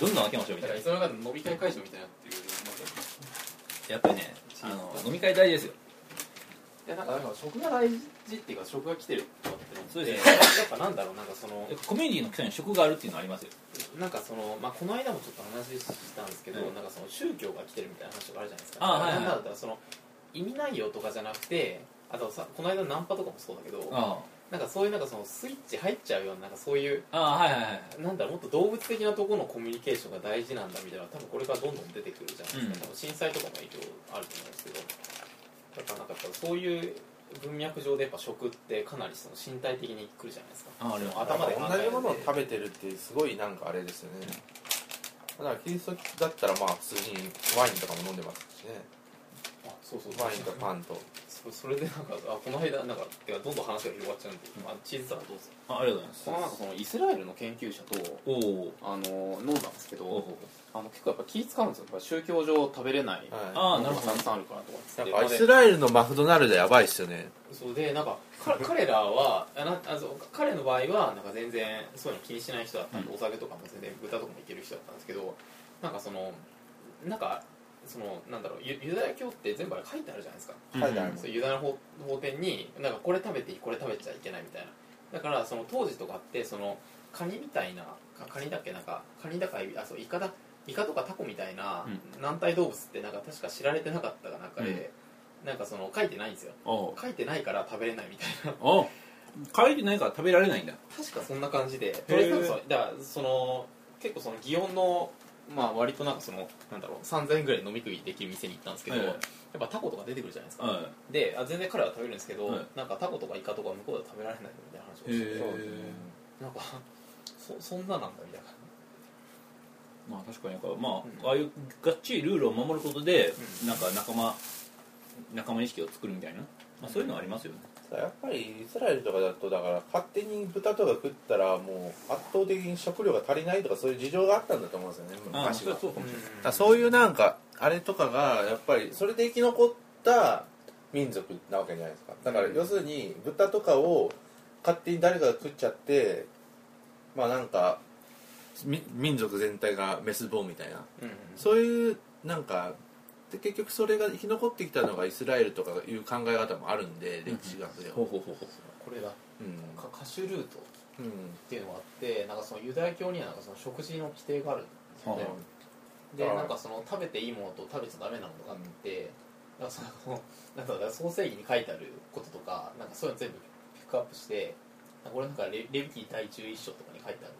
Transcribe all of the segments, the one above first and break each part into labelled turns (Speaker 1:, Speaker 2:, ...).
Speaker 1: どんどん開けましょうみ
Speaker 2: だ
Speaker 1: た
Speaker 2: か
Speaker 1: い
Speaker 2: ら
Speaker 1: ない
Speaker 2: つの間にか飲み会会場みたいになってるよね
Speaker 1: やっぱりねあの飲み会大事ですよ
Speaker 2: いやなんかなんか食が大事っていうか食が来てるとかって思って
Speaker 1: そうですね
Speaker 2: やっぱなんだろうなんかその
Speaker 1: コミュニティの基礎に職があるっていうのはありますよ
Speaker 2: なんかその、まあ、この間もちょっと話したんですけど、
Speaker 1: うん
Speaker 2: なんかその宗教が来てるみたいな話があるじゃないですか
Speaker 1: あはいはい
Speaker 2: なんだったらその意味内容とかじゃなくてあとさこの間のナンパとかもそうだけど
Speaker 1: あ
Speaker 2: なんかそういうなんかそのスイッチ入っちゃうようななんかそういう
Speaker 1: あああはいはいはい
Speaker 2: なんだろうもっと動物的なところのコミュニケーションが大事なんだみたいな多分これからどんどん出てくるじゃないです
Speaker 1: う
Speaker 2: か、
Speaker 1: ん
Speaker 2: 多分震災とかも影響あると思うんですけどだからなんかやっぱそういう文脈上でやっぱ食ってかなりその身体的に来るじゃないですか
Speaker 1: ああれは
Speaker 2: 頭で考え
Speaker 3: 同
Speaker 2: る
Speaker 3: じものを食べてるってすごいなんかあれですよねだからキリストだったらまあ普通にワインとかも飲んでますしね
Speaker 2: あそうそうそう
Speaker 3: ワインとパンと
Speaker 2: そそれでなんかあこの間なんかてかどんどん話が広がっちゃうんで、まあ、チーズさんはどうぞ
Speaker 1: あありがとうご
Speaker 2: こ
Speaker 1: ざい
Speaker 2: の
Speaker 1: ま
Speaker 2: なん
Speaker 1: す
Speaker 2: かそのイスラエルの研究者と
Speaker 1: おお
Speaker 2: あの飲んだんですけ
Speaker 1: お
Speaker 2: ど
Speaker 1: お
Speaker 2: あの結構やっぱ気使うんですよやっぱ宗教上食べれない
Speaker 3: は
Speaker 1: ああ
Speaker 2: の
Speaker 1: なる
Speaker 2: が
Speaker 1: ほ
Speaker 2: た
Speaker 1: ど
Speaker 2: くさんあるからとかっつっ
Speaker 3: い
Speaker 2: て
Speaker 3: なんかイ
Speaker 2: で
Speaker 3: スラエルのマクドナルドやばいっすよね
Speaker 2: そうでなんかか 彼らはあなあそう彼の場合はなんか全然そういうの気にしない人だったんで、お酒とかも全然豚とかもいける人だったんですけどなんかそのなんかそのなんだろうユユダヤ教って全部あれ書いてあるじゃないですか
Speaker 3: はいはい
Speaker 2: そうユダヤの法法典になんかこれ食べていいこれ食べちゃいけないみたいなだからその当時とかってそのカニみたいなかカニだっけなんかカニだかあそうイカだイカとかタコみたいな軟体動物ってなんか確か知られてなかった中で、なんかその書いてないんですよ
Speaker 1: お
Speaker 2: 書いてないから食べれないみ たいな
Speaker 1: お書いてないから食べられないんだ
Speaker 2: 確かそんな感じでとりあえずなんかそうだからその結構その祇園のまあ割となんかそのなんだろう3000円ぐらい飲み食いできる店に行ったんですけど、
Speaker 1: はい
Speaker 2: やっぱタコとか出てくるじゃないですか、
Speaker 1: は
Speaker 2: であ全然彼らは食べるんですけど、
Speaker 1: はい
Speaker 2: なんかタコとかイカとか向こうでは食べられないみたいな話を
Speaker 1: い
Speaker 2: して
Speaker 3: そうです
Speaker 1: え
Speaker 3: ね
Speaker 2: なんかそそんななんだみたいな
Speaker 1: まあ確かになんかまあ、
Speaker 2: うん
Speaker 1: ああいうがっちりルールを守ることで、
Speaker 2: うん
Speaker 1: なんか仲間仲間意識を作るみたいな、まあ、そういうのはありますよね、
Speaker 3: やっぱりイスラエルとかだとだから勝手に豚とか食ったらもう圧倒的に食料が足りないとかそういう事情があったんだと思うんですよね
Speaker 1: ああ
Speaker 3: 昔
Speaker 1: それ
Speaker 3: は
Speaker 1: はそうかもしれない、
Speaker 3: だからそう
Speaker 2: う
Speaker 3: いうなんかあれとかがやっぱりそれで生き残った民族なわけじゃないですかだから
Speaker 2: うん
Speaker 3: 要するに豚とかを勝手に誰かが食っちゃってまあなんかみ民族全体が滅亡みたいな
Speaker 2: うんうん
Speaker 3: そういうなんかで結局それが生き残ってきたのがイスラエルとかいう考え方もあるんで歴史学では
Speaker 1: ほうほうほうほ
Speaker 2: これだ
Speaker 3: うん
Speaker 2: か歌手ルートっ
Speaker 3: うん
Speaker 2: ていうのがあってなんかそのユダヤ教にはなんかその食事の規定があるんですよね、
Speaker 1: は
Speaker 2: で
Speaker 3: ああ
Speaker 2: なんかその食べていいものと食べちゃダメなものがあって、なんかそのなんだろう創世記に書いてあることとかなんかそういうの全部ピックアップしてなんか俺なんかレレビキー第11章とかに書いてある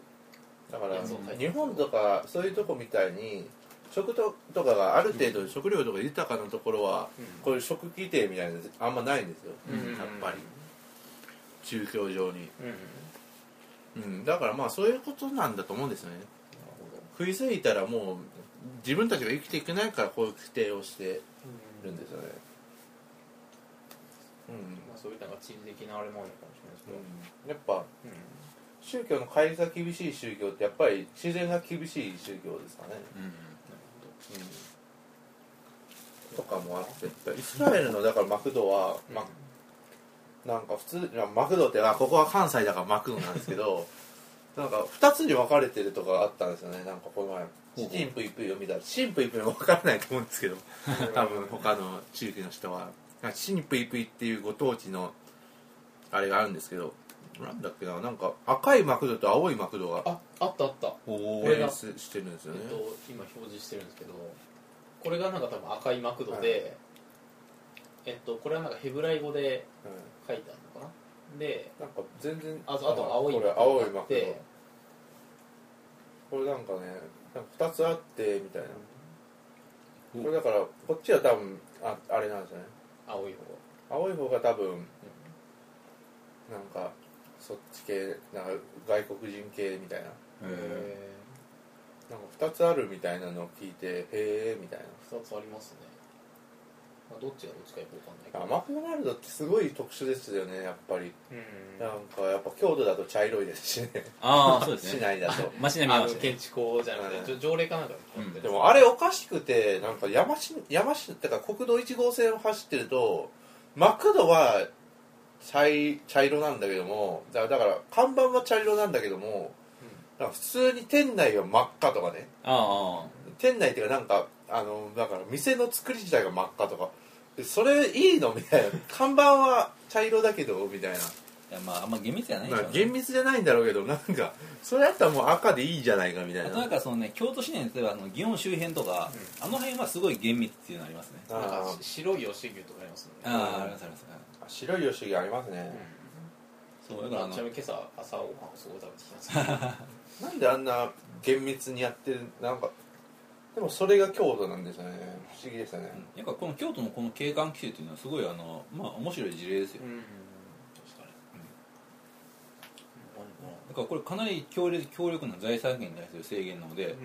Speaker 3: だから
Speaker 2: そう書いてある
Speaker 3: 日本とかそういうとこみたいに食ととかがある程度食料とか豊かなところは
Speaker 2: うん
Speaker 3: こういう食規定みたいなのあんまないんですよ、
Speaker 2: うん
Speaker 3: やっぱり宗教上に、
Speaker 2: うんなる
Speaker 3: うん、だからまあそういうことなんだと思うんですよね
Speaker 2: ほど
Speaker 3: 食いすぎたらもう自分たちが生きていけないからこういう規定をしてるんですよねうん、
Speaker 2: まあ、そういうなんか地理的なあれもあるのかもしれないですけど、
Speaker 3: うん、やっぱ宗教の戒律が厳しい宗教ってやっぱり自然が厳しい宗教ですかね、
Speaker 1: う、うん、
Speaker 3: うん、とかもあってイスラエルのだからマクドは、まなんか普通まあマクドってあここは関西だからマクドなんですけどなんか2つに分かれてるとかがあったんですよねなんかこの
Speaker 1: ほう
Speaker 3: 前チンプイプイを見たらチンプイプイも分からないと思うんですけど 多分他の地域の人はなんかチンプイプイっていうご当地のあれがあるんですけどなんだっけななんか赤いマクドと青いマクドが
Speaker 2: ああったあった、
Speaker 1: お
Speaker 2: これ
Speaker 3: 並
Speaker 2: が
Speaker 3: 列してるんですよ
Speaker 2: え
Speaker 3: ね
Speaker 2: っと、今表示してるんですけどこれがなんか多分赤いマクドで、えっとこれはなんかヘブライ語で
Speaker 3: うん
Speaker 2: 書いてあるのかなで
Speaker 3: なんか全然
Speaker 2: あそうあと青い
Speaker 3: これ
Speaker 2: マクド
Speaker 3: 青い
Speaker 2: があ
Speaker 3: マ
Speaker 2: っ
Speaker 3: ク
Speaker 2: て
Speaker 3: ドこれなんかねなんか2つあってみたいな
Speaker 1: うん
Speaker 3: これだからこっちは多分ああれなんですよね
Speaker 2: 青い方
Speaker 3: 青い方が多分なんかそっち系なんか外国人系みたいな
Speaker 1: へ
Speaker 2: え
Speaker 3: なんか2つあるみたいなのを聞いてへえみたいな
Speaker 2: 2つありますね、まあ、どっちがどっちかよくわかんないけ
Speaker 3: あ
Speaker 2: ど
Speaker 3: マクドナルドってすごい特殊ですよねやっぱり
Speaker 2: うん
Speaker 3: なんかやっぱ京都だと茶色いですし ね
Speaker 1: ああそうです
Speaker 3: 市
Speaker 1: ね
Speaker 3: 内だと
Speaker 1: 街並み
Speaker 2: あ
Speaker 1: は
Speaker 2: の建築じゃなくて、じょ条例かなんか
Speaker 3: でもあれおかしくてなんか山市山市ってか国道1号線を走ってるとマクドは茶い茶色なんだけどもだだから看板は茶色なんだけども、だから普通に店内は真っ赤とかね
Speaker 1: あ
Speaker 3: 店内っていうかなんかあのだから店の作り自体が真っ赤とかでそれいいのみたいな看板は茶色だけどみたいな
Speaker 1: あいやまああんま厳密じゃないで
Speaker 3: ま
Speaker 1: し
Speaker 3: あ
Speaker 1: ょうね
Speaker 3: 厳密じゃないんだろうけどなんかそれだったらもう赤でいいじゃないかみたい
Speaker 1: あ
Speaker 3: な
Speaker 1: となんかそのね京都市内の例えばあの祇園周辺とか、あの辺はすごい厳密っていうのありますね
Speaker 3: あ
Speaker 2: なんか
Speaker 3: ー
Speaker 2: し白い吉牛とかありますもんね
Speaker 1: ああありますあります
Speaker 3: 白い吉木ありますね、
Speaker 1: そうだからあ
Speaker 2: うん
Speaker 1: の
Speaker 2: ちなみに今朝朝ごはんをすごい食べてきました
Speaker 3: なんであんな厳密にやってるなんかでもそれが京都なんですよね不思議でしたね、
Speaker 1: やっぱこの京都のこの景観規制っていうのはすごいあのまあ面白い事例ですよ、
Speaker 2: うん確かに
Speaker 1: だからこれかなり強烈強力な財産権に対する制限なので、
Speaker 2: うん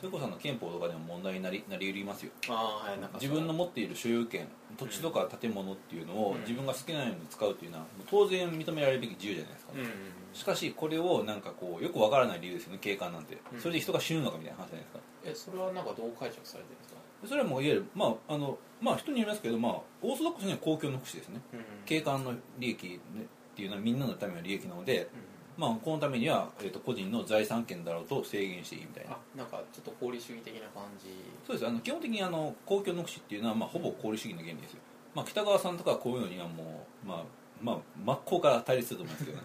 Speaker 1: それこそあの憲法とかでも問題になりなり得りますよ
Speaker 2: あーはいなんか
Speaker 1: 自分の持っている所有権土地とか建物っていうのを
Speaker 2: うん
Speaker 1: 自分が好きなように使うっていうのはもう当然認められるべき自由じゃないですか、
Speaker 2: うんうん
Speaker 1: しかしこれをなんかこうよくわからない理由ですよね景観なんて
Speaker 2: うん
Speaker 1: それで人が死ぬのかみたいな話じゃないですか
Speaker 2: えそれはなんかどう解釈されてるんですか
Speaker 1: それはもういわゆるまああのまあ人によりますけどまあオーソドックスには公共の福祉ですね景観の利益ねっていうのはみんなのための利益なので、
Speaker 2: うん
Speaker 1: まあ、このためには、えー、と個人の財産権だろうと制限していいみたいな
Speaker 2: あなんかちょっと功利主義的な感じ
Speaker 1: そうですあの基本的にあの公共の福祉っていうのは、まあ、ほぼ功利主義の原理ですよ、まあ、北川さんとかはこういうのにはもう、まあまあ、真っ向から対立すると思いますけど ね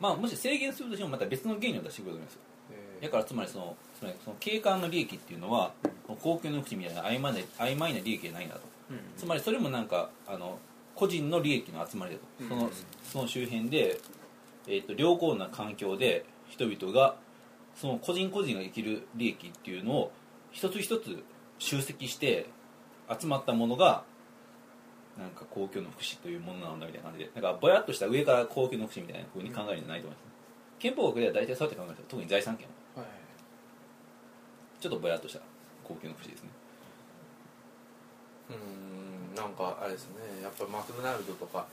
Speaker 1: まあもし制限するとしてもまた別の原理を出してくると思いますよだからつまりそのつまりその景観の利益っていうのはこの公共の福祉みたいな曖昧な曖昧な利益じゃないんだとつまりそれもなんかあの個人の利益の集まりだとそ
Speaker 2: うんうんう
Speaker 1: の
Speaker 2: ん
Speaker 1: その周辺で、えー、と良好な環境で人々がその個人個人が生きる利益っていうのを一つ一つ集積して集まったものがなんか公共の福祉というものなんだみたいな感じでなんかぼやっとした上から公共の福祉みたいなふうに考えるんじゃないと思います、憲法学では大体そうやって考えるんですよ特に財産権は
Speaker 2: はい
Speaker 1: ちょっとぼやっとした公共の福祉ですね
Speaker 3: うーんなんかあれですねやっぱマクドナルドとか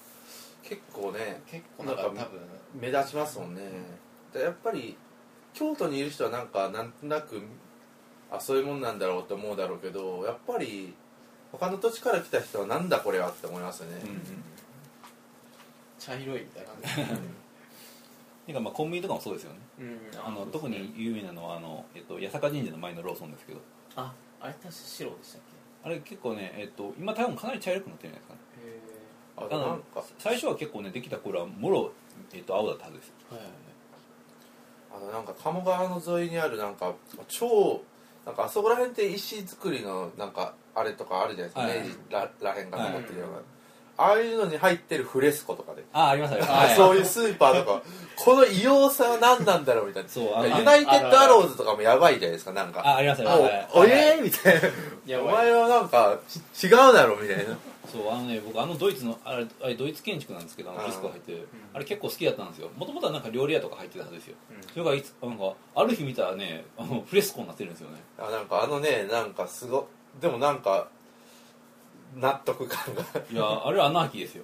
Speaker 3: 結構ね
Speaker 2: 結構なんか多
Speaker 3: なん
Speaker 2: 分
Speaker 3: か目立ちますもんね、でやっぱり京都にいる人はなんかなんとなくあそういうもんなんだろうって思うだろうけどやっぱり他の土地から来た人はなんだこれはって思いますよね、
Speaker 2: 茶色いみたいな 感じ
Speaker 1: てかまあコンビニとかもそうですよね
Speaker 2: うん
Speaker 1: あの特に有名なのはあの、えっと、八坂神社の前のローソンですけど
Speaker 2: ああれ確か白でしたっ
Speaker 1: あれ結構ね、えっと、今多分かなり茶色くなってるんじゃないで
Speaker 2: けへ
Speaker 3: あ
Speaker 1: すかね
Speaker 3: な
Speaker 1: あ
Speaker 3: んか
Speaker 1: の最初は結構ねできた頃はもろ、えっと、青だったはずです
Speaker 2: えはいはい
Speaker 3: あのなんか鴨川の沿いにあるなんか超なんかあそこら辺って石造りのなんかあれとかあるじゃないですか、明治ららへんが残ってるような、ああいうのに入ってるフレスコとかで、
Speaker 1: ああありますあり
Speaker 3: あ
Speaker 1: ます
Speaker 3: そう
Speaker 1: う
Speaker 3: いうスーパーとかこの異様さは何なんだろうみたいな
Speaker 1: そうあ
Speaker 3: ユ
Speaker 1: の
Speaker 3: ナイテッドアローズとかもやばいじゃないですかなん
Speaker 1: あ
Speaker 3: か
Speaker 1: ありますあ
Speaker 3: も
Speaker 1: り
Speaker 3: う
Speaker 1: ます
Speaker 3: お
Speaker 1: はい
Speaker 3: えーみたいな
Speaker 2: や
Speaker 3: お
Speaker 2: ばい
Speaker 3: 前はなんかち違うだろみたいな
Speaker 1: そうあのね僕あのドイツのあれあれドイツ建築なんですけどあの
Speaker 3: あー
Speaker 1: フリスコが入ってるあれ結構好きだったんですよもともとはなんか料理屋とか入ってたはずですよ、
Speaker 2: うん
Speaker 1: それがいつなんかある日見たらねあのフレスコになってるんですよね
Speaker 3: あなんかあのねなんかすごでもなんか納得感が
Speaker 1: いやあれはアナーキーですよ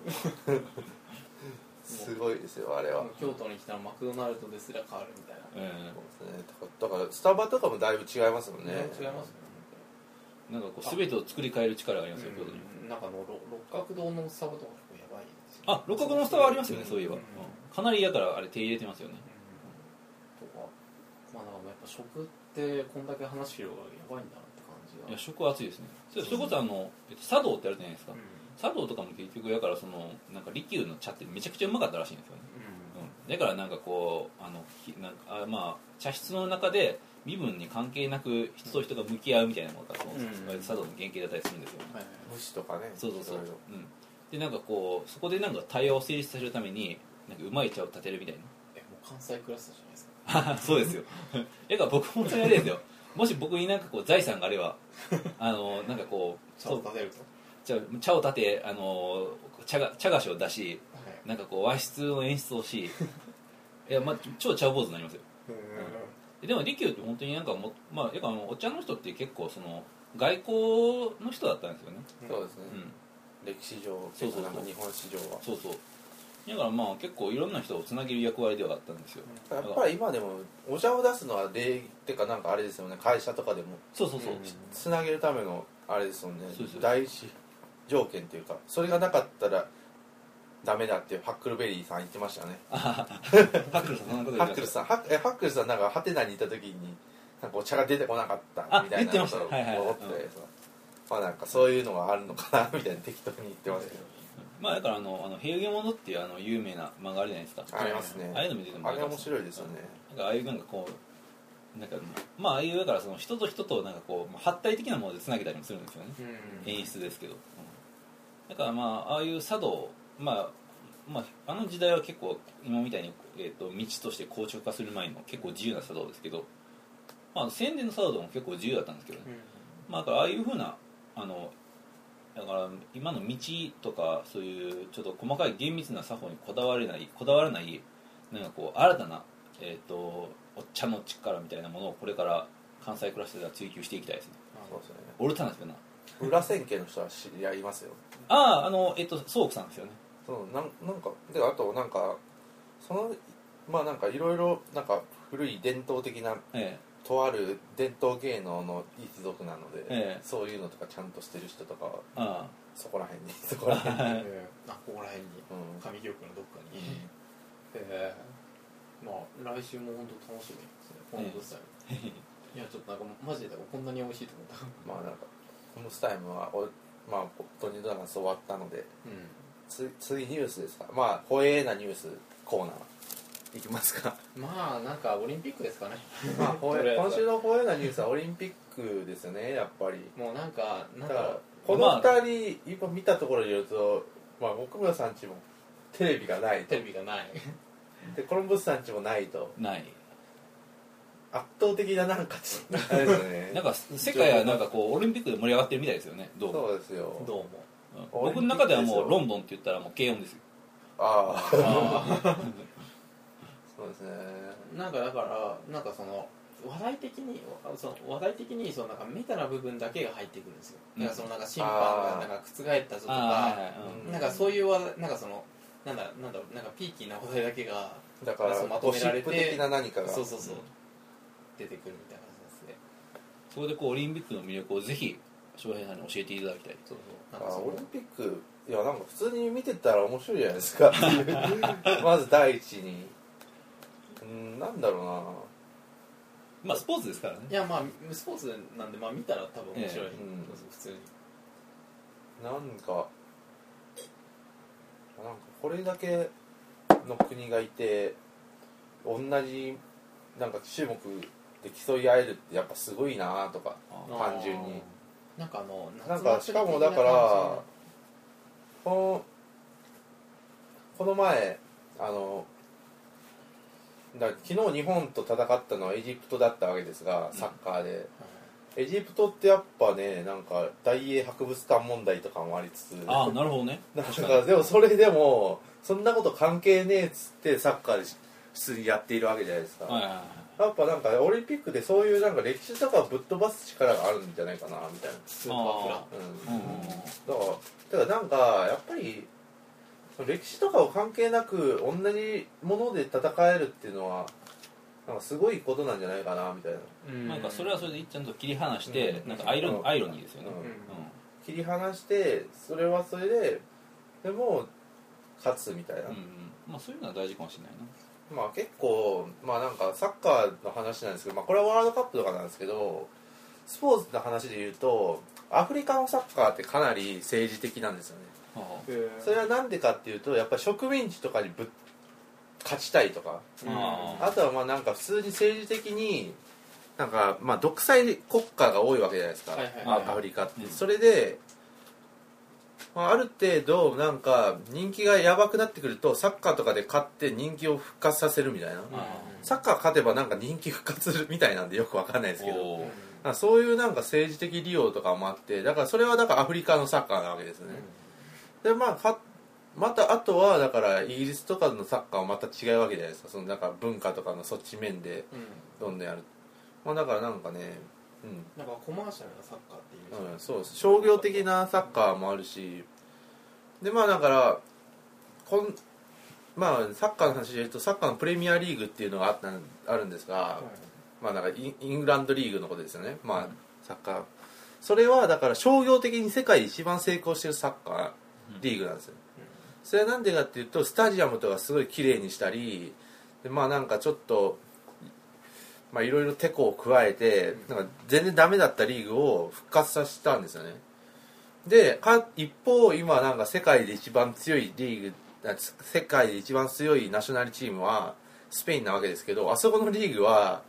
Speaker 3: すごいですよあれは、
Speaker 2: もう京都に来たらマクドナルドですら変わるみたいな
Speaker 1: うん
Speaker 3: そうですねだからだからスタバとかもだいぶ違いますもんね
Speaker 2: ね違いますね
Speaker 1: なんかこう全てを作り変える力がありますよ、京都に
Speaker 2: うんなんかあのろ六角堂のスタバとか結構やばいですよ
Speaker 1: あ六角のスタはありますよねそういえば、
Speaker 2: うん
Speaker 1: かなりだからあれ手入れてますよね
Speaker 2: とかまあなんかやっぱ食ってこんだけ話広がるやばいんだなって感じが
Speaker 1: いや食は熱いですねそれそれこそあのえっと茶道ってあるじゃないですか、
Speaker 2: うん
Speaker 1: 茶道とかも結局だからそのなんか利休の茶ってめちゃくちゃうまかったらしいんですよね、
Speaker 2: う
Speaker 1: うん、だからなんかこうあのひなんかあまあ茶室の中で身分に関係なく人と人が向き合うみたいなものがその、
Speaker 2: うん
Speaker 1: 茶道の原型だったりするんですよね、
Speaker 2: んはいはい
Speaker 3: 無視とかね
Speaker 1: そうそうそう、
Speaker 3: いろいろ
Speaker 1: うん、でなんかこうそこでなんか対話を成立させるためになんかうまい茶を立てるみたいな
Speaker 2: えもう関西クラスターじゃないで
Speaker 1: あ
Speaker 2: すか
Speaker 1: そうですよだから僕もそれあれですよもし僕になんかこう財産があれば あのなんかこう
Speaker 2: ちゃん
Speaker 1: そう
Speaker 2: と立てると
Speaker 1: 茶茶を立てあの茶が茶菓子を出し
Speaker 2: はい
Speaker 1: なんかこう和室の演出をし いや、まあ、超茶坊主になりますよでも利休って本当になんかも、まあ、やっぱあのお茶の人って結構その外交の人だったんですよね、
Speaker 3: そうですね
Speaker 1: う、ん、
Speaker 3: 歴史上
Speaker 1: そうそうそう
Speaker 3: なんか日本史上は
Speaker 1: そうそうだからまあ結構いろんな人をつなげる役割ではあったんですよ
Speaker 3: やっぱり今でもお茶を出すのは礼儀ってかなんかあれですよね会社とかでも
Speaker 1: そうそうそう、
Speaker 2: うん
Speaker 3: つなげるためのあれですもんね
Speaker 1: そうです
Speaker 3: 第一条件っていうかそれがなかったらダメだってハックルベリーさん言ってましたね
Speaker 1: ハックルさんそんなこと
Speaker 3: ハ
Speaker 1: 言
Speaker 3: ッ
Speaker 1: ってま
Speaker 3: クル
Speaker 1: した
Speaker 3: さんハッえハックルさんなんかハテナにいた時になんかお茶が出てこなかったみたい
Speaker 1: あ言っ
Speaker 3: な
Speaker 1: てました
Speaker 3: ことを
Speaker 1: はいはい
Speaker 3: 思ってたりさまあなんかそういうのがあるのかなみたいに適当に言ってますけど
Speaker 1: まあだからあの「あの平家物」っていうあの有名な漫画あるじゃないですか
Speaker 3: ありますね
Speaker 1: ああいうの見てても
Speaker 3: あれ面白いですよね
Speaker 1: なんかああいうなんかこうなんかまあああいうだからその人と人となんかこうまあ発体的なものでつなげたりもするんですよね
Speaker 2: うん
Speaker 1: 演出ですけど、だからまあああいう茶道、まあ、まああの時代は結構今みたいに、えー、と道として硬直化する前の結構自由な茶道ですけど、まあ、宣伝の茶道も結構自由だったんですけどね、まあ、だからああいうふうなあのだから今の道とかそういうちょっと細かい厳密な作法にこだわれないこだわらないなんかこう新たな、えー、とお茶の力みたいなものをこれから関西クラスでは追求していきたいですね
Speaker 3: そうですよね
Speaker 1: オルタナティブな
Speaker 3: 裏千家の人は知り合いますよ
Speaker 1: あああのえっと宗クさんですよね
Speaker 3: そうなんなんかであとなんかそのまあなんかいろいろなんか古い伝統的な
Speaker 1: え
Speaker 3: とある伝統芸能の一族なので、
Speaker 1: ええ
Speaker 3: そういうのとかちゃんとしてる人とかは
Speaker 1: えあ
Speaker 3: そこら辺にそ こら辺に、
Speaker 1: あ
Speaker 2: えーあここら辺に
Speaker 3: うん
Speaker 2: 上京区のどっかにえーまあ来週も本当楽しみですね
Speaker 1: え
Speaker 2: 今度さいやちょっとなんかマジでこんなに美味しいと思った
Speaker 3: まあなんかホームスタイムはおまあドニードラマス終わったので
Speaker 2: う
Speaker 3: つ次ニュースですかまあホエーなニュースコーナーいきますか
Speaker 2: んまあなんかオリンピックですかね
Speaker 3: まあホエ
Speaker 2: とりあえず
Speaker 3: 今週のホエーなニュースはオリンピックですよねやっぱり
Speaker 2: もうなんかな
Speaker 3: だ
Speaker 2: ん
Speaker 3: から
Speaker 2: か
Speaker 3: この二人、今見たところによると、まあ、奥村さんちもテレビがないと
Speaker 2: テレビがない
Speaker 3: でコロンブスさんちもないと
Speaker 1: ない
Speaker 3: 圧倒的ななんかちょっとあれですよね
Speaker 1: なんか世界はなんかこうオリンピックで盛り上がってるみたいですよねどうも
Speaker 3: そうですよ
Speaker 2: どう
Speaker 1: う
Speaker 2: も
Speaker 1: ん僕の中ではもうロンドンって言ったらもう軽音ですよ
Speaker 3: ああ
Speaker 2: あ
Speaker 3: そうですね
Speaker 2: ーなんかだからなんかその話題的にわその話題的にそのなんかメタな部分だけが入ってくるんですよ、
Speaker 1: うん
Speaker 2: なんかそのなんか審判がなんか覆ったぞと
Speaker 1: ああ
Speaker 2: か、
Speaker 1: はいはいうん
Speaker 3: ー
Speaker 2: なんかそういう話題なんかそのなんだなんだなんかピーキーな話題だけが
Speaker 3: だから
Speaker 2: そうまと
Speaker 3: ゴ
Speaker 2: め
Speaker 3: シ
Speaker 2: られ
Speaker 3: ッ
Speaker 2: て
Speaker 3: プ的な何かが
Speaker 2: そうそうそう、
Speaker 1: うん
Speaker 2: 出てくるみたいな感じですね
Speaker 1: そこでこうオリンピックの魅力をぜひ翔平さんに教えていただきたい
Speaker 2: そうそう
Speaker 3: あ
Speaker 2: なんか
Speaker 3: ー
Speaker 2: そ
Speaker 3: オリ
Speaker 2: の
Speaker 3: ンピックいやなんか普通に見てたら面白いじゃないですか まず第一にうんなんだろうな
Speaker 1: まあスポーツですからね
Speaker 2: いやまあスポーツなんでまあ見たら多分面白い、
Speaker 1: え
Speaker 3: えうん
Speaker 2: そうそう普通に
Speaker 3: なんかなんかこれだけの国がいて同じなんか種目で競い合えるってやっぱすごいなとか
Speaker 1: あ
Speaker 3: あ単純に
Speaker 2: あーなんかあの
Speaker 3: なん
Speaker 2: 夏
Speaker 3: かし
Speaker 2: 祭り的
Speaker 3: かもだから
Speaker 2: 感
Speaker 3: このこの前あのだ昨日日本と戦ったのはエジプトだったわけですがサッカーで、エジプトってやっぱねなんか大英博物館問題とかもありつつ
Speaker 1: ああなるほどね
Speaker 3: なんかでもそれでもそんなこと関係ねえっつってサッカーで普通にやっているわけじゃないですか、
Speaker 1: はいはいはい
Speaker 3: やっぱなんかオリンピックでそういうなんか歴史とかをぶっ飛ばす力があるんじゃないかなみたいな、
Speaker 2: じのスーパーフラン
Speaker 3: うん、
Speaker 1: うんうんうん
Speaker 3: だからだからなんかやっぱりその歴史とかを関係なく同じもので戦えるっていうのはなんかすごいことなんじゃないかなみたいな、
Speaker 2: うん
Speaker 1: なんかそれはそれでちゃんと切り離して
Speaker 3: うん
Speaker 1: なんかアイロ
Speaker 3: う
Speaker 1: ン
Speaker 3: ん
Speaker 1: アイロニーですよね
Speaker 3: うん
Speaker 2: うん
Speaker 3: 切り離してそれはそれででも勝つみたいな、
Speaker 1: うんうんまあそういうのは大事かもしれないな
Speaker 3: まあ結構まあなんかサッカーの話なんですけど、まあ、これはワールドカップとかなんですけどスポーツの話で言うとアフリカのサッカーってかなり政治的なんですよね
Speaker 1: はあ
Speaker 3: それはなんでかっていうとやっぱり植民地とかにぶっ勝ちたいとか
Speaker 1: あ
Speaker 3: あとはまあなんか普通に政治的になんかまあ独裁国家が多いわけじゃないですか、
Speaker 2: はいはい
Speaker 1: はい
Speaker 3: アフリカって、
Speaker 1: うん
Speaker 3: それで、まあ、ある程度なんか人気がやばくなってくるとサッカーとかで勝って人気を復活させるみたいな、
Speaker 2: うん
Speaker 3: サッカー勝てばなんか人気復活するみたいなんでよくわかんないですけど
Speaker 1: おー
Speaker 3: なんかそういうなんか政治的利用とかもあってだからそれはだからアフリカのサッカーなわけですね、でまあかまたあとはだからイギリスとかのサッカーはまた違うわけじゃないですかそのなんか文化とかのそっち面で
Speaker 2: うんうん
Speaker 3: どんどんやるまあだからなんかねうん
Speaker 2: なんかコマーシャルなサッカーっていうイメージ
Speaker 3: うん、そうです商業的なサッカーもあるしでまあだからこんまあサッカーの話で言うとサッカーのプレミアリーグっていうのがあったあるんですが、まあなんかインイングランドリーグのことですよねまあ、サッカーそれはだから商業的に世界で一番成功してるサッカーリーグなんですよ、
Speaker 2: う
Speaker 3: それはなんでかっていうとスタジアムとかすごい綺麗にしたりでまあなんかちょっとまあいろいろテコを加えてなんか全然ダメだったリーグを復活させたんですよねでか一方今なんか世界で一番強いリーグあつ世界で一番強いナショナルチームはスペインなわけですけどあそこのリーグは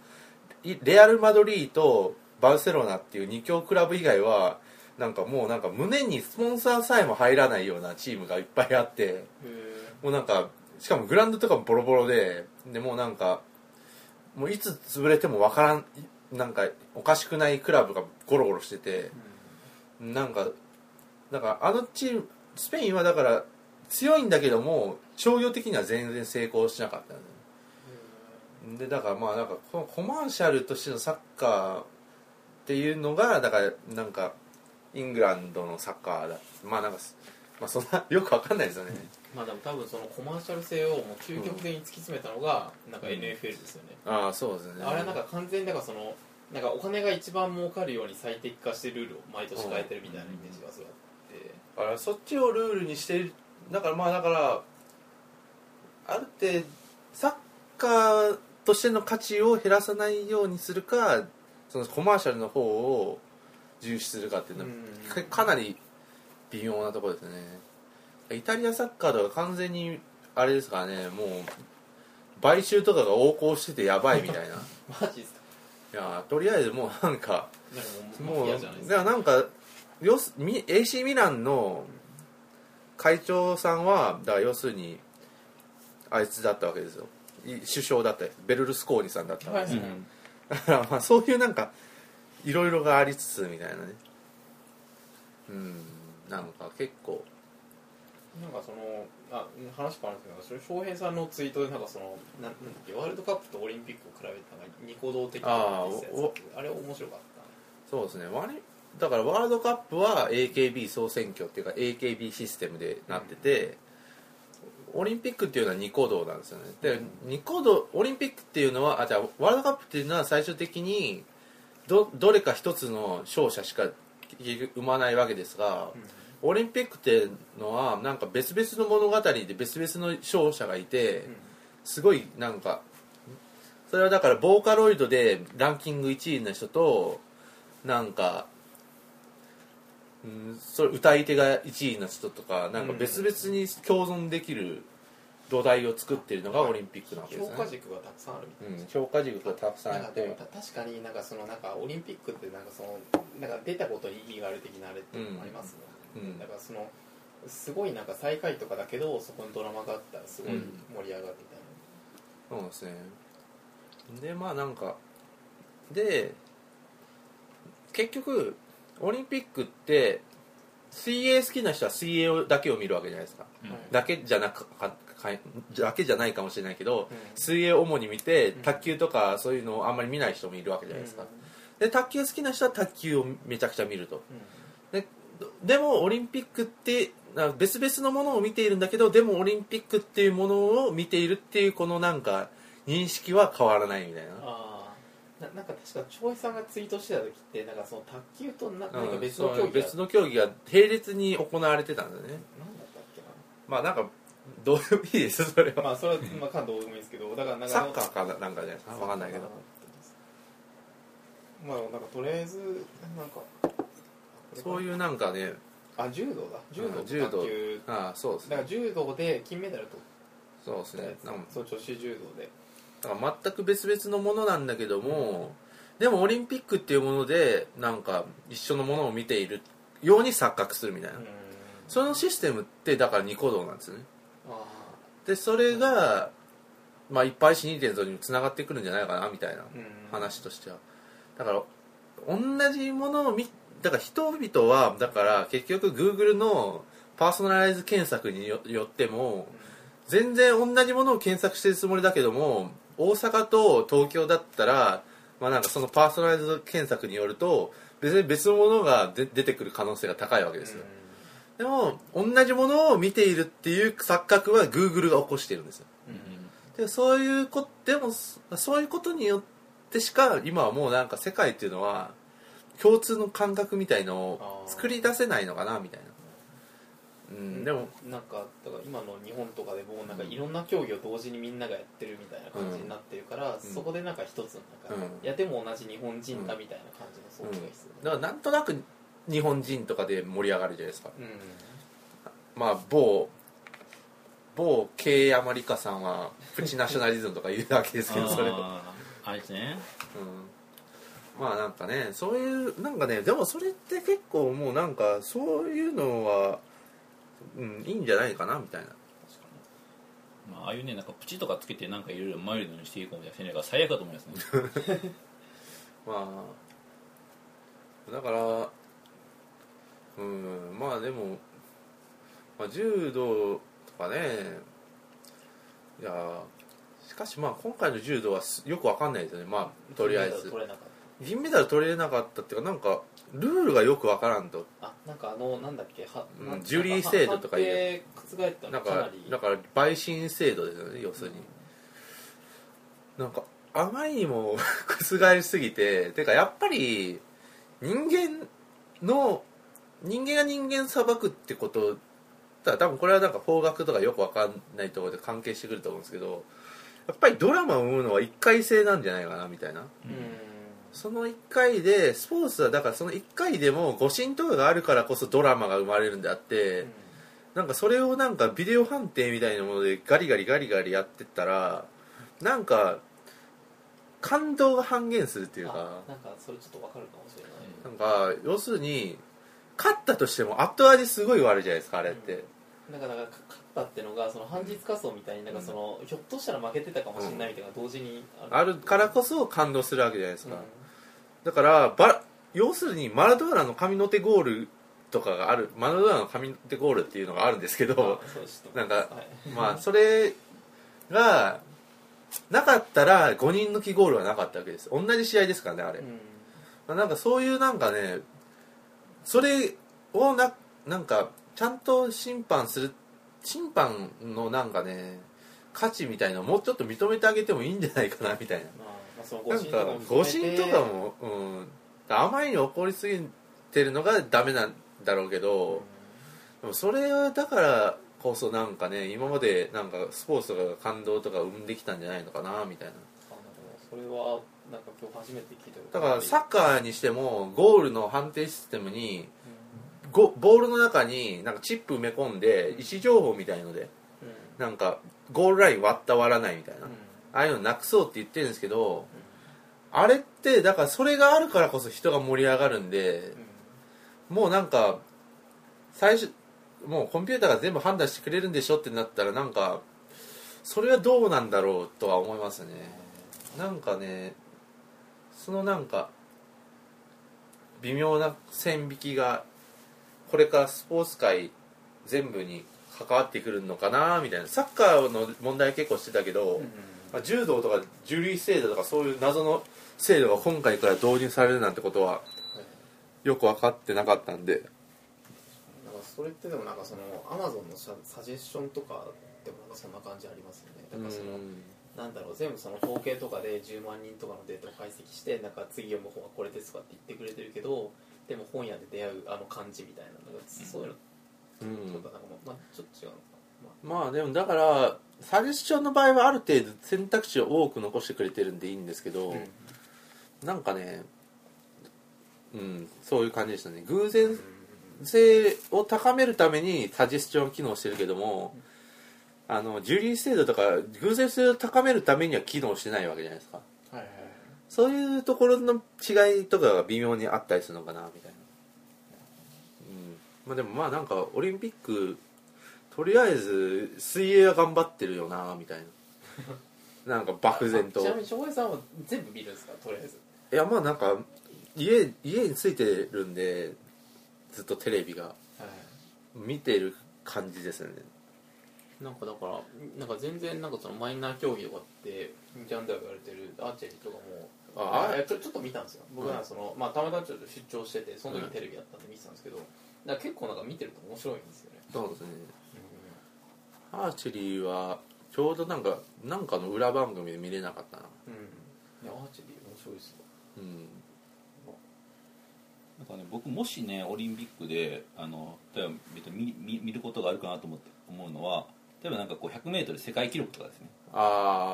Speaker 3: いレアル・マドリーとバルセロナっていう2強クラブ以外はなんかもうなんか胸にスポンサーさえも入らないようなチームがいっぱいあってもうなんかしかもグラウンドとかもボロボロででもうなんかもういつ潰れてもわからんいなんかおかしくないクラブがゴロゴロしてて、なんかだからあのチームスペインはだから強いんだけども商業的には全然成功しなかったんだよねでだからまあなんかこのコマーシャルとしてのサッカーっていうのがだからなんかイングランドのサッカーだまあなんかす、まあ、そんなよくわかんないですよね
Speaker 2: まあでも多分そのコマーシャル性をもう究極的に突き詰めたのがなんか
Speaker 1: うん
Speaker 2: NFL ですよね、
Speaker 3: ああそうですね
Speaker 2: あれはなんか完全にだからそのなんかお金が一番儲かるように最適化してルールを毎年変えてるみたいなイメージがすごいあって
Speaker 3: あれそっちをルールにしてるだからまあだからあるってサッカーとしての価値を減らさないようにするかそのコマーシャルの方を重視するかっていうのはかかなり微妙なところですねイタリアサッカーとか完全にあれですからねもう買収とかが横行しててやばいみた いない
Speaker 2: マジですか
Speaker 3: やとりあえずもうなん
Speaker 2: なん
Speaker 3: か
Speaker 2: かもう
Speaker 3: も
Speaker 2: マ
Speaker 3: う
Speaker 2: フィアじゃないです
Speaker 3: だ
Speaker 2: か
Speaker 3: からなんかよすみ AC ミランの会長さんはだから要するにあいつだったわけですよい首相だったベルルスコーニさんだったわけです
Speaker 1: うん
Speaker 3: よだからまあそういうなんかいろいろがありつつみたいなねうんなんか結構
Speaker 2: なんかそのあ話変わるんですけどそれ翔平さんのツイートでなんかそのなんなんだっけワールドカップとオリンピックを比べてなんか二個動的な
Speaker 3: あー
Speaker 2: って言ってたやつあれ面白かった
Speaker 3: そうですね割だからワールドカップは AKB 総選挙っていうか AKB システムでなってて、オリンピックっていうのは二個道なんですよねで、二個道オリンピックっていうのはあじゃあワールドカップっていうのは最終的にどどれか一つの勝者しか結局生まないわけですが、オリンピックっていうのはなんか別々の物語で別々の勝者がいて、すごいなんかそれはだからボーカロイドでランキング1位の人となんか、うん、それ歌い手が1位の人とかなんか
Speaker 2: うん
Speaker 3: 別々に共存できる土台を作ってるのがオリンピックなわけです
Speaker 2: 評
Speaker 3: ね
Speaker 2: 価軸がたくさんあるみたいな
Speaker 3: うん、評価軸がたくさんあ
Speaker 2: なん
Speaker 3: っ
Speaker 2: か
Speaker 3: て
Speaker 2: でもた確かになんかそのなんかオリンピックってなんかそのなんか出たことに意義がある的なあれっていうのもありますもん、
Speaker 3: うん
Speaker 2: だからそのすごいなんか最下位とかだけどそこにドラマがあったらすごい盛り上がるみたい
Speaker 3: そうですねでまあなんかで結局オリンピックって水泳好きな人は水泳をだけを見るわけじゃないですか
Speaker 1: うん
Speaker 2: な、
Speaker 3: だけじゃなくかかだけじゃないかもしれないけど、
Speaker 2: うん
Speaker 3: 水泳を主に見て
Speaker 2: うん
Speaker 3: 卓球とかそういうのをあんまり見ない人もいるわけじゃないですか、で卓球好きな人は卓球をめちゃくちゃ見るとでどでもオリンピックってな別々のものを見ているんだけどでもオリンピックっていうものを見ているっていうこのなんか認識は変わらないみたいな
Speaker 2: ああななんか確か長井さんがツイートしてた時ってなんかその卓球とななん
Speaker 3: う
Speaker 2: か
Speaker 3: ん
Speaker 2: 別
Speaker 3: そ
Speaker 2: の
Speaker 3: う
Speaker 2: 競技
Speaker 3: 別の競技が並列に行われてたんだね
Speaker 2: なんだったっけ
Speaker 3: まあなんかどうでもいいです それ
Speaker 2: な
Speaker 3: は
Speaker 2: まあそれはまあ感動うもいいんですけどだからなんか
Speaker 3: サッカーかななんかじゃないですか分かんないけど
Speaker 2: まあなんかとりあえずなんか
Speaker 3: そう
Speaker 2: う
Speaker 3: いうなんかね
Speaker 2: あ柔道だ柔道
Speaker 3: うん
Speaker 2: と
Speaker 3: 柔道
Speaker 2: 卓球
Speaker 3: ああそうです
Speaker 2: だから
Speaker 3: ね
Speaker 2: 柔道で金メダル取
Speaker 3: そうですね
Speaker 2: った
Speaker 3: なん
Speaker 2: やつそう女子柔道で
Speaker 3: だから全く別々のものなんだけどもでもオリンピックっていうものでなんか一緒のものを見ているように錯覚するみたいな、そのシステムってだからニコ動なんですよね
Speaker 2: あ
Speaker 3: でそれが、まあ、いっぱいし2.0にもつながってくるんじゃないかなみたい
Speaker 2: ー
Speaker 3: な
Speaker 2: うん
Speaker 3: 話としてはだから同じものを見だから人々はだから結局 Google のパーソナライズ検索によよっても全然同じものを検索してるつもりだけども大阪と東京だったらまあなんかそのパーソナライズ検索によると別に別のものがで出てくる可能性が高いわけですよ、でも同じものを見ているっていう錯覚は Google が起こしているんですよ
Speaker 2: うんうん
Speaker 3: でそういうこでもそそういうことによってしか今はもうなんか世界っていうのは共通の感覚みたいのを作り出せないのかなみたいなうん、でも
Speaker 2: なんかだから今の日本とかでもなんかいろんな競技を同時にみんながやってるみたいな感じになってるから、そこでなんか一つのなんか、
Speaker 3: うん
Speaker 2: いやでも同じ日本人だみたいな感じの装置が必要
Speaker 3: だからなんとなく日本人とかで盛り上がるじゃないですか
Speaker 2: うん、うん
Speaker 3: まあ某某 K アマリカさんはプチナショナリズムとか言うわけですけどそれ、うん、
Speaker 1: あーあれですね
Speaker 3: まあなんかねそういうなんかねでもそれって結構もうなんかそういうのは、うん、いいんじゃないかなみたいな
Speaker 1: 確かにまあああいうねなんかプチとかつけてなんかいろいろマイルドにしていこうみたいな戦略が最悪だと思いますね
Speaker 3: まあだからうんまあでも、まあ、柔道とかねいやしかしまあ今回の柔道はすよくわかんないですよねまあとりあえず
Speaker 2: 取れなかっ
Speaker 3: 銀メダル取れなかったっていうかなんかルールがよくわからんと
Speaker 2: たあなんかあのなんだっけは、
Speaker 3: うん
Speaker 2: なんか
Speaker 3: ジュリー制度とか
Speaker 2: 判
Speaker 3: いう
Speaker 2: 定覆った
Speaker 3: な
Speaker 2: の
Speaker 3: ん
Speaker 2: かな
Speaker 3: か
Speaker 2: り
Speaker 3: だから陪審制度ですよね要するに、なんかあまりにも覆りすぎててかやっぱり人間の人間が人間裁くってことただ多分これはなんか法学とかよくわかんないところで関係してくると思うんですけどやっぱりドラマを生むのは一回制なんじゃないかなみたいな
Speaker 2: うん、
Speaker 3: その1回でスポーツはだからその1回でも誤審とかがあるからこそドラマが生まれるんであって、
Speaker 2: うん
Speaker 3: なんかそれをなんかビデオ判定みたいなものでガリガリガリガリやってったらなんか感動が半減するっていうか
Speaker 2: あなんかそれちょっとわかるかもしれない、
Speaker 3: なんか要するに勝ったとしても後味すごい悪いじゃないですかあれって、
Speaker 2: なんかだからか勝ったってのがその反日仮想みたいになんかその、ひょっとしたら負けてたかもしれないみたいなのが同時に
Speaker 3: あるからこそ感動するわけじゃないです
Speaker 2: う
Speaker 3: か、
Speaker 2: ん
Speaker 3: だからバラ要するにマラドーナの神の手ゴールとかがあるマラドーナの神の手ゴールっていうのがあるんですけど
Speaker 2: あそうですちょっと
Speaker 3: なんか
Speaker 2: はい
Speaker 3: まあそれがなかったら5人抜きゴールはなかったわけです同じ試合ですからねあれ、
Speaker 2: うん
Speaker 3: まあなんかそういうなんかねそれをななんかちゃんと審判する審判のなんかね価値みたいなのをもうちょっと認めてあげてもいいんじゃないかなみたい
Speaker 2: まあまあその
Speaker 3: な
Speaker 2: 誤
Speaker 3: なん
Speaker 2: 信とかも含めて
Speaker 3: か誤審とかも、うん、あまりに怒りすぎてるのがダメなんだろうけど、でもそれはだからこそなんかね今までなんかスポーツとかが感動とか生んできたんじゃないのかなみたいな
Speaker 2: あのそれはなんか今日初めて聞いたこと
Speaker 3: だからサッカーにしてもゴールの判定システムに
Speaker 2: う
Speaker 3: ゴボールの中になんかチップ埋め込んで位置情報みたいので
Speaker 2: んうん
Speaker 3: なんかゴールライン割った割らないみたいな、
Speaker 2: うん
Speaker 3: ああいうのなくそうって言ってるんですけど、あれってだからそれがあるからこそ人が盛り上がるんで
Speaker 2: うん
Speaker 3: もうなんか最初もうコンピューターが全部判断してくれるんでしょってなったらなんかそれはどうなんだろうとは思いますねなんかねそのなんか微妙な線引きがこれからスポーツ界全部に関わってくるのかなみたいなサッカーの問題結構してたけど、まあ柔道とか樹類制度とかそういう謎の制度が今回から導入されるなんてことはよく分かってなかったんで
Speaker 2: なんかそれってでもなんかそのアマゾンのササジェッションとかでもなんかそんな感じありますよねだからその、なんだろう全部その統計とかで10万人とかのデータを解析してなんか次読む本はこれですとかって言ってくれてるけどでも本屋で出会うあの感じみたいななんかそういうの
Speaker 3: うんうん
Speaker 2: とかなんかまあ、まあちょっと違うのかな、ま
Speaker 3: まあでもだからサジェスションの場合はある程度選択肢を多く残してくれてるんでいいんですけど、
Speaker 2: あ
Speaker 3: なんかねうんそういう感じでしたね偶然性を高めるためにサジェスションは機能してるけどもあのジュリー制度とか偶然性を高めるためには機能してないわけじゃないですか
Speaker 2: はいはいはい
Speaker 3: そういうところの違いとかが微妙にあったりするのかなみたいな、うんまあ、でもまあなんかオリンピックとりあえず水泳は頑張ってるよなみたい ななんか漠然と
Speaker 2: あちなみに翔平さんは全部見るんですかとりあえず
Speaker 3: いやまあなんか家家についてるんでずっとテレビが見てる感じですよね
Speaker 2: なんかだからなんか全然なんかそのマイナー競技とかってジャンダーがやれてるアーチェリーとかも
Speaker 3: あ
Speaker 2: あちょちょっと見たんですよ僕
Speaker 3: う
Speaker 2: は
Speaker 3: ん
Speaker 2: その、まあ、たまたまちょっと出張しててその
Speaker 3: うん
Speaker 2: 時テレビやったんで見てたんですけど、だから結構なんか見てると面白いんですよね、
Speaker 3: そうですねアーチェリーはちょうどなんかなんかの裏番組で見れなかったな
Speaker 2: うんいやアーチェリー面白いですよ
Speaker 3: うん
Speaker 1: なんかね僕もしねオリンピックであの例えば別に見見見ることがあるかなと思って思うのは例えばなんかこう 100m 世界記録とかですね
Speaker 3: あ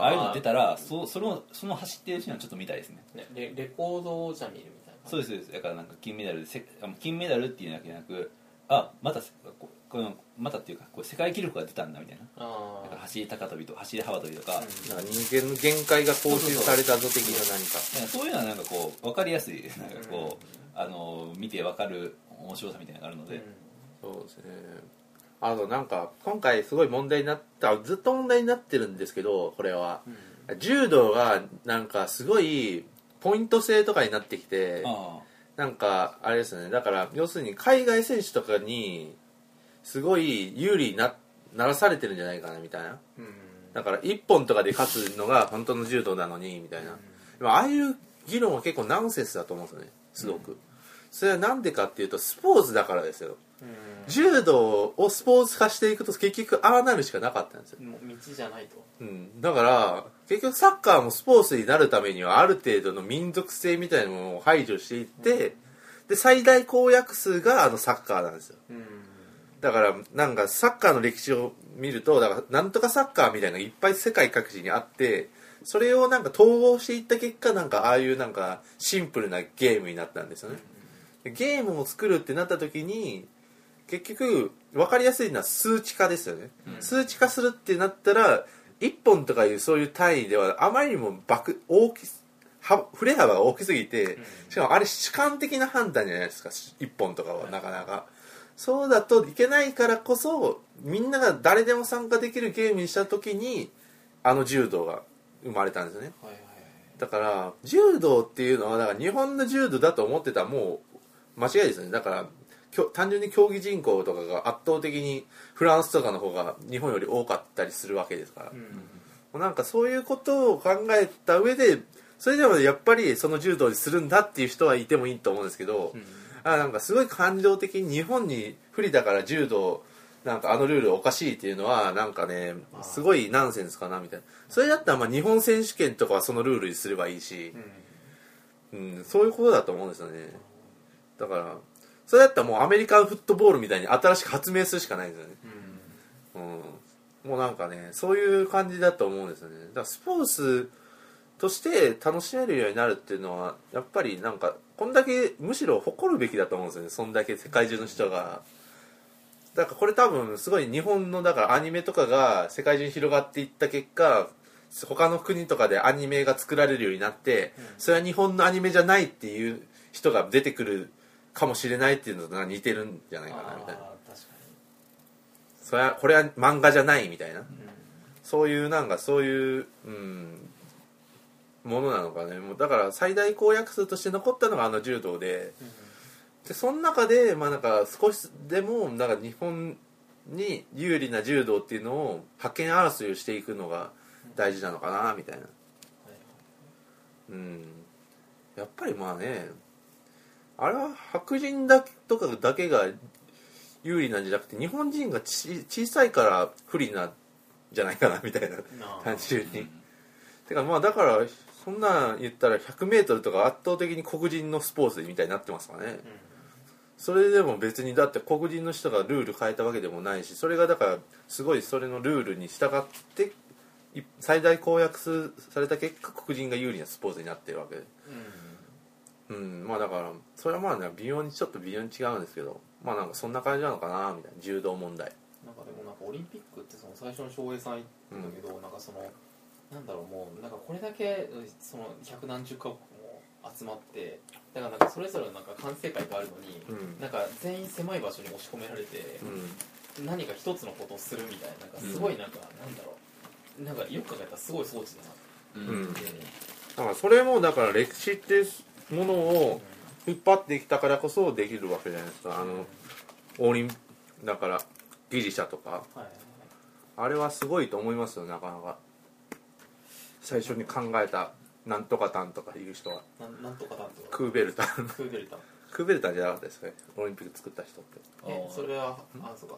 Speaker 1: あ
Speaker 3: あ
Speaker 1: あいうの出たらそそれをその走ってるシーンはちょっと見たいですね
Speaker 2: ねレレコードをじゃあ見るみたいな
Speaker 1: そうですそうですだからなんか金メダルでせあの金メダルっていうだけじゃなくあまたせここのまたっていうかこう世界記録が出たんだみたいな
Speaker 2: あ
Speaker 1: だから
Speaker 2: あ
Speaker 1: 走り高跳びと走り幅跳びとか,、
Speaker 2: うん
Speaker 3: なんか人間の限界が更新されたぞ的な何か
Speaker 1: そういうのはなんかこう分かりやすいなんかこう、あの見て分かる面白さみたいなのがあるので、
Speaker 3: そうですねあとなんか今回すごい問題になったずっと問題になってるんですけどこれは
Speaker 2: うん
Speaker 3: 柔道がなんかすごいポイント制とかになってきて
Speaker 1: あ
Speaker 3: なんかあれですよねだから要するに海外選手とかにすごい有利になならされてるんじゃないかなみたいな
Speaker 2: うんうん
Speaker 3: だから1本とかで勝つのが本当の柔道なのにみたいなでもああいう議論は結構ナンセンスだと思うんですよねすごく、それはなんでかっていうとスポーツだからですよ柔道をスポーツ化していくと結局ああなるしかなかったんですよ、
Speaker 2: うんもう道じゃないと
Speaker 3: うん、だから結局サッカーもスポーツになるためにはある程度の民族性みたいなものを排除していって、で最大公約数があのサッカーなんですよ
Speaker 2: うん
Speaker 3: だからなんかサッカーの歴史を見るとだからなんとかサッカーみたいなのがいっぱい世界各地にあってそれをなんか統合していった結果なんかああいうなんかシンプルなゲームになったんですよねでゲームを作るってなった時に結局分かりやすいのは数値化ですよね、
Speaker 2: うん
Speaker 3: 数値化するってなったら1本とかいうそういう単位ではあまりにも爆大きすは振れ幅が大きすぎて、
Speaker 2: うん
Speaker 3: しかもあれ主観的な判断じゃないですか1本とかはなかなか、そうだといけないからこそみんなが誰でも参加できるゲームにした時にあの柔道が生まれたんですよね
Speaker 2: はいはい
Speaker 3: だから柔道っていうのはだから日本の柔道だと思ってたらもう間違いですよねだからきょ単純に競技人口とかが圧倒的にフランスとかの方が日本より多かったりするわけですから、
Speaker 2: う
Speaker 3: も
Speaker 2: ん
Speaker 3: うなんかそういうことを考えた上でそれでもやっぱりその柔道にするんだっていう人はいてもいいと思うんですけど、
Speaker 2: うん
Speaker 3: あなんかすごい感情的に日本に不利だから柔道なんかあのルールおかしいっていうのはなんかね
Speaker 2: あー
Speaker 3: すごいナンセンスかなみたいなそれだったらまあ日本選手権とかはそのルールにすればいいし
Speaker 2: う、ん
Speaker 3: うん、そういうことだと思うんですよねだからそれだったらもうアメリカンフットボールみたいに新しく発明するしかないんですよね、うん、もうなんかねそういう感じだと思うんですよねだからスポーツとして楽しめるようになるっていうのはやっぱりなんかこんだけむしろ誇るべきだと思うんですよねそんだけ世界中の人がだからこれ多分すごい日本のだからアニメとかが世界中に広がっていった結果他の国とかでアニメが作られるようになって、それは日本のアニメじゃないっていう人が出てくるかもしれないっていうのとなんか似てるんじゃないかなみたいな
Speaker 2: あー確か
Speaker 3: それはこれは漫画じゃないみたいな
Speaker 2: にうん
Speaker 3: そういうなんかそういう、うん、ものなのかねもうだから最大公約数として残ったのがあの柔道ででその中で、まあ、なんか少しでもなんか日本に有利な柔道っていうのを覇権争いをしていくのが大事なのかなみたいな、うん、やっぱりまあねあれは白人だとかだけが有利なんじゃなくて日本人がち小さいから不利なんじゃないかなみたいな
Speaker 2: はい
Speaker 3: 単純
Speaker 1: う
Speaker 3: に
Speaker 1: ん。
Speaker 3: てかまあだからそんなん言ったら 100m とか圧倒的に黒人のスポーツみたいになってますからね
Speaker 2: うん
Speaker 3: それでも別にだって黒人の人がルール変えたわけでもないしそれがだからすごいそれのルールに従ってい最大公約数された結果黒人が有利なスポーツになってるわけでうんまあだからそれはまあね微妙にちょっと微妙に違うんですけどまあなんかそんな感じなのかなみたいな柔道問題
Speaker 2: なんかでもなんかオリンピックってその最初の翔平さん言ったんだけど、なんかそのなんだろうもうなんかこれだけその百何十カ国も集まってだからなんかそれぞれのなんか反省会があるのに、
Speaker 3: うん
Speaker 2: なんか全員狭い場所に押し込められて、
Speaker 3: う
Speaker 2: 何か一つのことをするみたいななんかすごいなんか、なんだろうなんかよく考えたらすごい装置だ
Speaker 1: うんう
Speaker 3: んうんん
Speaker 2: なって、
Speaker 3: だからそれもだから歴史っていうものを引っ張ってきたからこそできるわけじゃないですかあのオリンだからギリシャとか
Speaker 2: はいはいはい
Speaker 3: あれはすごいと思いますよなかなか最初に考えたなんとかタンとかいう人は
Speaker 2: なんなんとかだとか
Speaker 3: クーベルタン
Speaker 2: クーベルタン
Speaker 3: クーベルタンじゃなかったですかねオリンピック作った人って
Speaker 2: え
Speaker 1: あ
Speaker 2: そ
Speaker 1: そ
Speaker 2: れ
Speaker 1: れ
Speaker 2: はあそうか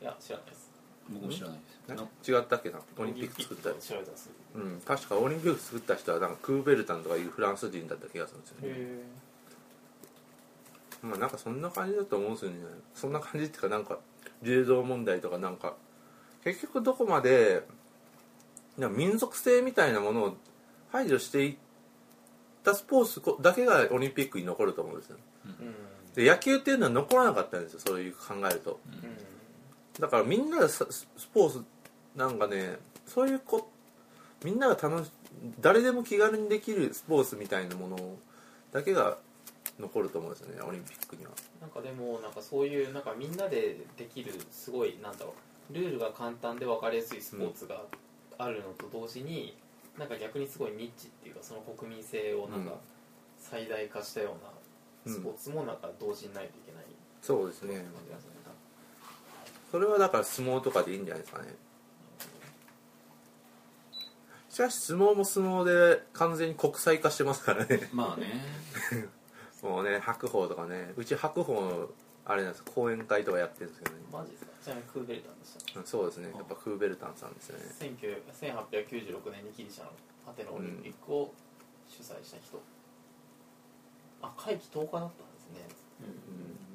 Speaker 2: いや知らないです
Speaker 1: 僕も知らないですな
Speaker 3: な違ったっけなオリンピック作った
Speaker 2: オリンピック調べたらすぐ
Speaker 3: うん確かオリンピック作った人はなんかクーベルタンとかいうフランス人だった気がするんですよね
Speaker 2: へ
Speaker 3: まあなんかそんな感じだと思うんですよねそんな感じっていうかなんか流動問題とかなんか結局どこまでなんか民族性みたいなものを排除していったスポーツこだけがオリンピックに残ると思うんですよ
Speaker 2: う
Speaker 3: で野球っていうのは残らなかったんですよそういう考えると
Speaker 2: んうん
Speaker 3: だからみんながさススポーツなんかねそういうこみんなが楽し誰でも気軽にできるスポーツみたいなものだけが残ると思うんですよねオリンピックには
Speaker 2: なんかでもなんかそういうなんかみんなでできるすごいなんだろうルールが簡単で分かりやすいスポーツがあるのと同時に、なんか逆にすごいニッチっていうかその国民性をなん
Speaker 3: う
Speaker 2: か
Speaker 3: ん
Speaker 2: 最大化したようなスポーツもなんか同時にないといけない
Speaker 3: そうですね
Speaker 2: 感じがするな
Speaker 3: それはだから相撲とかでいいんじゃないですかねしかし相撲も相撲で完全に国際化してますからね
Speaker 1: まあね
Speaker 3: もうね白鵬とかねうち白鵬のあれなんです講演会とかやってるんですけどね
Speaker 2: マジですかちなみにクーベルタンでした
Speaker 3: うんそうですねやっぱクーベルタンさんですよね
Speaker 2: 19 1896年にギリシャのアテナオリンピックを主催した人、あ会期10日だったんですね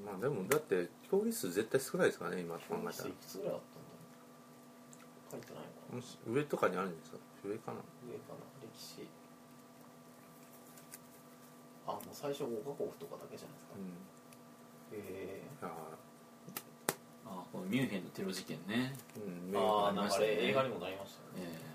Speaker 3: うんまあでもだって競技数絶対少ないですからね今考え
Speaker 2: い
Speaker 3: たら
Speaker 2: くつぐらいあったんだろう書いてないのかな
Speaker 3: もし上とかにあるんですか上か
Speaker 2: 上か
Speaker 3: な
Speaker 2: な歴史あもう最初5カ国とかだけじゃないですか
Speaker 3: うん
Speaker 2: へえ
Speaker 3: あ
Speaker 4: あこのミュンヘンのテロ事件ね、
Speaker 3: ーうん
Speaker 2: ああ
Speaker 4: ー
Speaker 2: なんかあれ映画にもなりましたよね
Speaker 4: え